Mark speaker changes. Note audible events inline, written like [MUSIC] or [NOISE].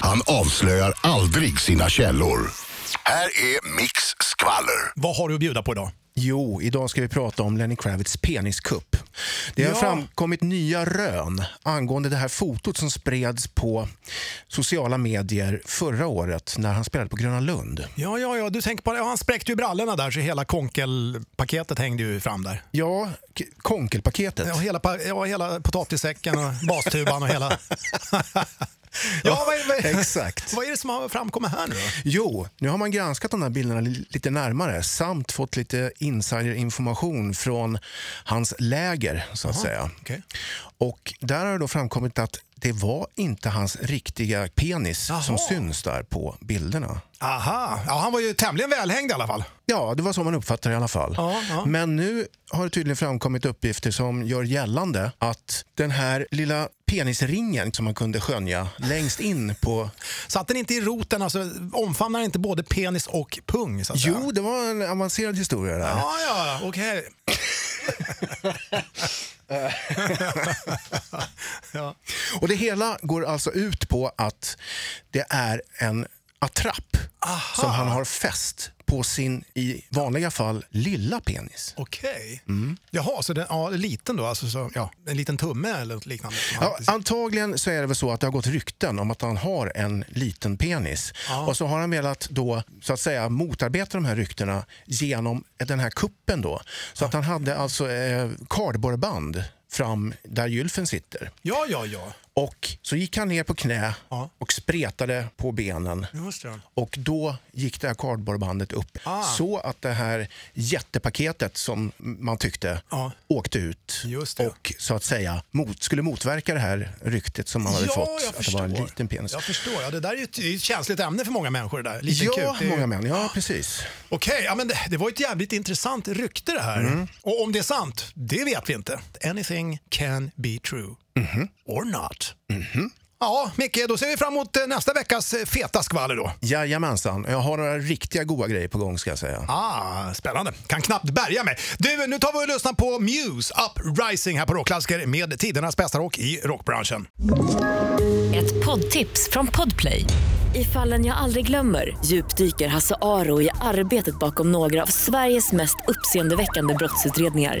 Speaker 1: Han avslöjar aldrig sina källor. Här är Mix Skvaller.
Speaker 2: Vad har du att bjuda på idag?
Speaker 3: Jo, idag ska vi prata om Lenny Kravitz peniskupp. Det har
Speaker 2: Ja.
Speaker 3: framkommit nya rön angående det här fotot som spreds på sociala medier förra året när han spelade på Gröna Lund.
Speaker 2: Ja, ja, ja, du tänker på det. Ja, han spräckte ju brallorna där så hela konkelpaketet hängde ju fram där.
Speaker 3: Ja, k- konkelpaketet.
Speaker 2: Ja, hela, pa- ja, hela potatissäcken [LAUGHS] och bastuban och [LAUGHS] hela... ja, vad, är- vad, är-
Speaker 3: Exakt.
Speaker 2: vad är det som har framkommit här nu då?
Speaker 3: Jo, nu har man granskat de här bilderna li- lite närmare samt fått lite insiderinformation från hans läger, så att säga.
Speaker 2: okej.
Speaker 3: Och där har det då framkommit att det var inte hans riktiga penis
Speaker 2: Jaha.
Speaker 3: som syns där på bilderna.
Speaker 2: Aha, ja, han var ju tämligen välhängd i alla fall.
Speaker 3: Ja, det var så man uppfattar det i alla fall.
Speaker 2: Ja, ja.
Speaker 3: Men nu har det tydligen framkommit uppgifter som gör gällande att den här lilla penisringen som man kunde skönja längst in
Speaker 2: [LAUGHS]
Speaker 3: på...
Speaker 2: Satt den inte i roten, alltså omfamnar inte både penis och pung? Så att säga.
Speaker 3: Jo, det var en avancerad historia där.
Speaker 2: Ja, ja, okej. [LAUGHS] ja.
Speaker 3: Och det hela går alltså ut på att det är en attrapp som han har fäst på sin, i vanliga fall, lilla penis.
Speaker 2: Okej.
Speaker 3: Mm.
Speaker 2: Jaha, så den, ja, liten då? Alltså, så, ja, en liten tumme eller något liknande? som han-
Speaker 3: Ja, antagligen så är det väl så att det har gått rykten om att han har en liten penis. Och så har han velat då, så att säga, motarbeta de här ryktena genom den här kuppen då. Så att han hade alltså eh, kardborreband fram där gylfen sitter.
Speaker 2: ja, ja, ja.
Speaker 3: Och så gick han ner på knä
Speaker 2: Ja.
Speaker 3: och spretade på benen.
Speaker 2: Just det.
Speaker 3: Och då gick det här kardborrebandet upp
Speaker 2: Ah.
Speaker 3: så att det här jättepaketet som man tyckte
Speaker 2: Ja.
Speaker 3: åkte ut
Speaker 2: Just det.
Speaker 3: och så att säga mot, skulle motverka det här ryktet som man hade
Speaker 2: ja,
Speaker 3: fått
Speaker 2: jag
Speaker 3: att det var en
Speaker 2: förstår.
Speaker 3: liten penis.
Speaker 2: Jag förstår. Ja, det där är ju ett, det är ju ett känsligt ämne för många människor. Det där. Liten
Speaker 3: Ja,
Speaker 2: kuk, det är ju-
Speaker 3: många män. Ja, precis.
Speaker 2: Okej, ja, men det, det var ju ett jävligt intressant rykte det här.
Speaker 3: Mm.
Speaker 2: Och om det är sant, det vet vi inte. Anything can be true.
Speaker 3: Mhm.
Speaker 2: Or not. Ja, Micke, då ser vi fram emot eh, nästa veckas eh, feta skvaller då.
Speaker 3: Jajamensan. Jag har några riktiga goda grejer på gång ska jag säga.
Speaker 2: Ah, spännande. Kan knappt bärga mig. Du, nu tar vi och lyssnar på Muse Uprising här på Rockklassiker med tidernas bästa rock i rockbranschen.
Speaker 4: Ett poddtips från Podplay. I fallen jag aldrig glömmer djupdyker Hasse Aro i arbetet bakom några av Sveriges mest uppseendeväckande brottsutredningar.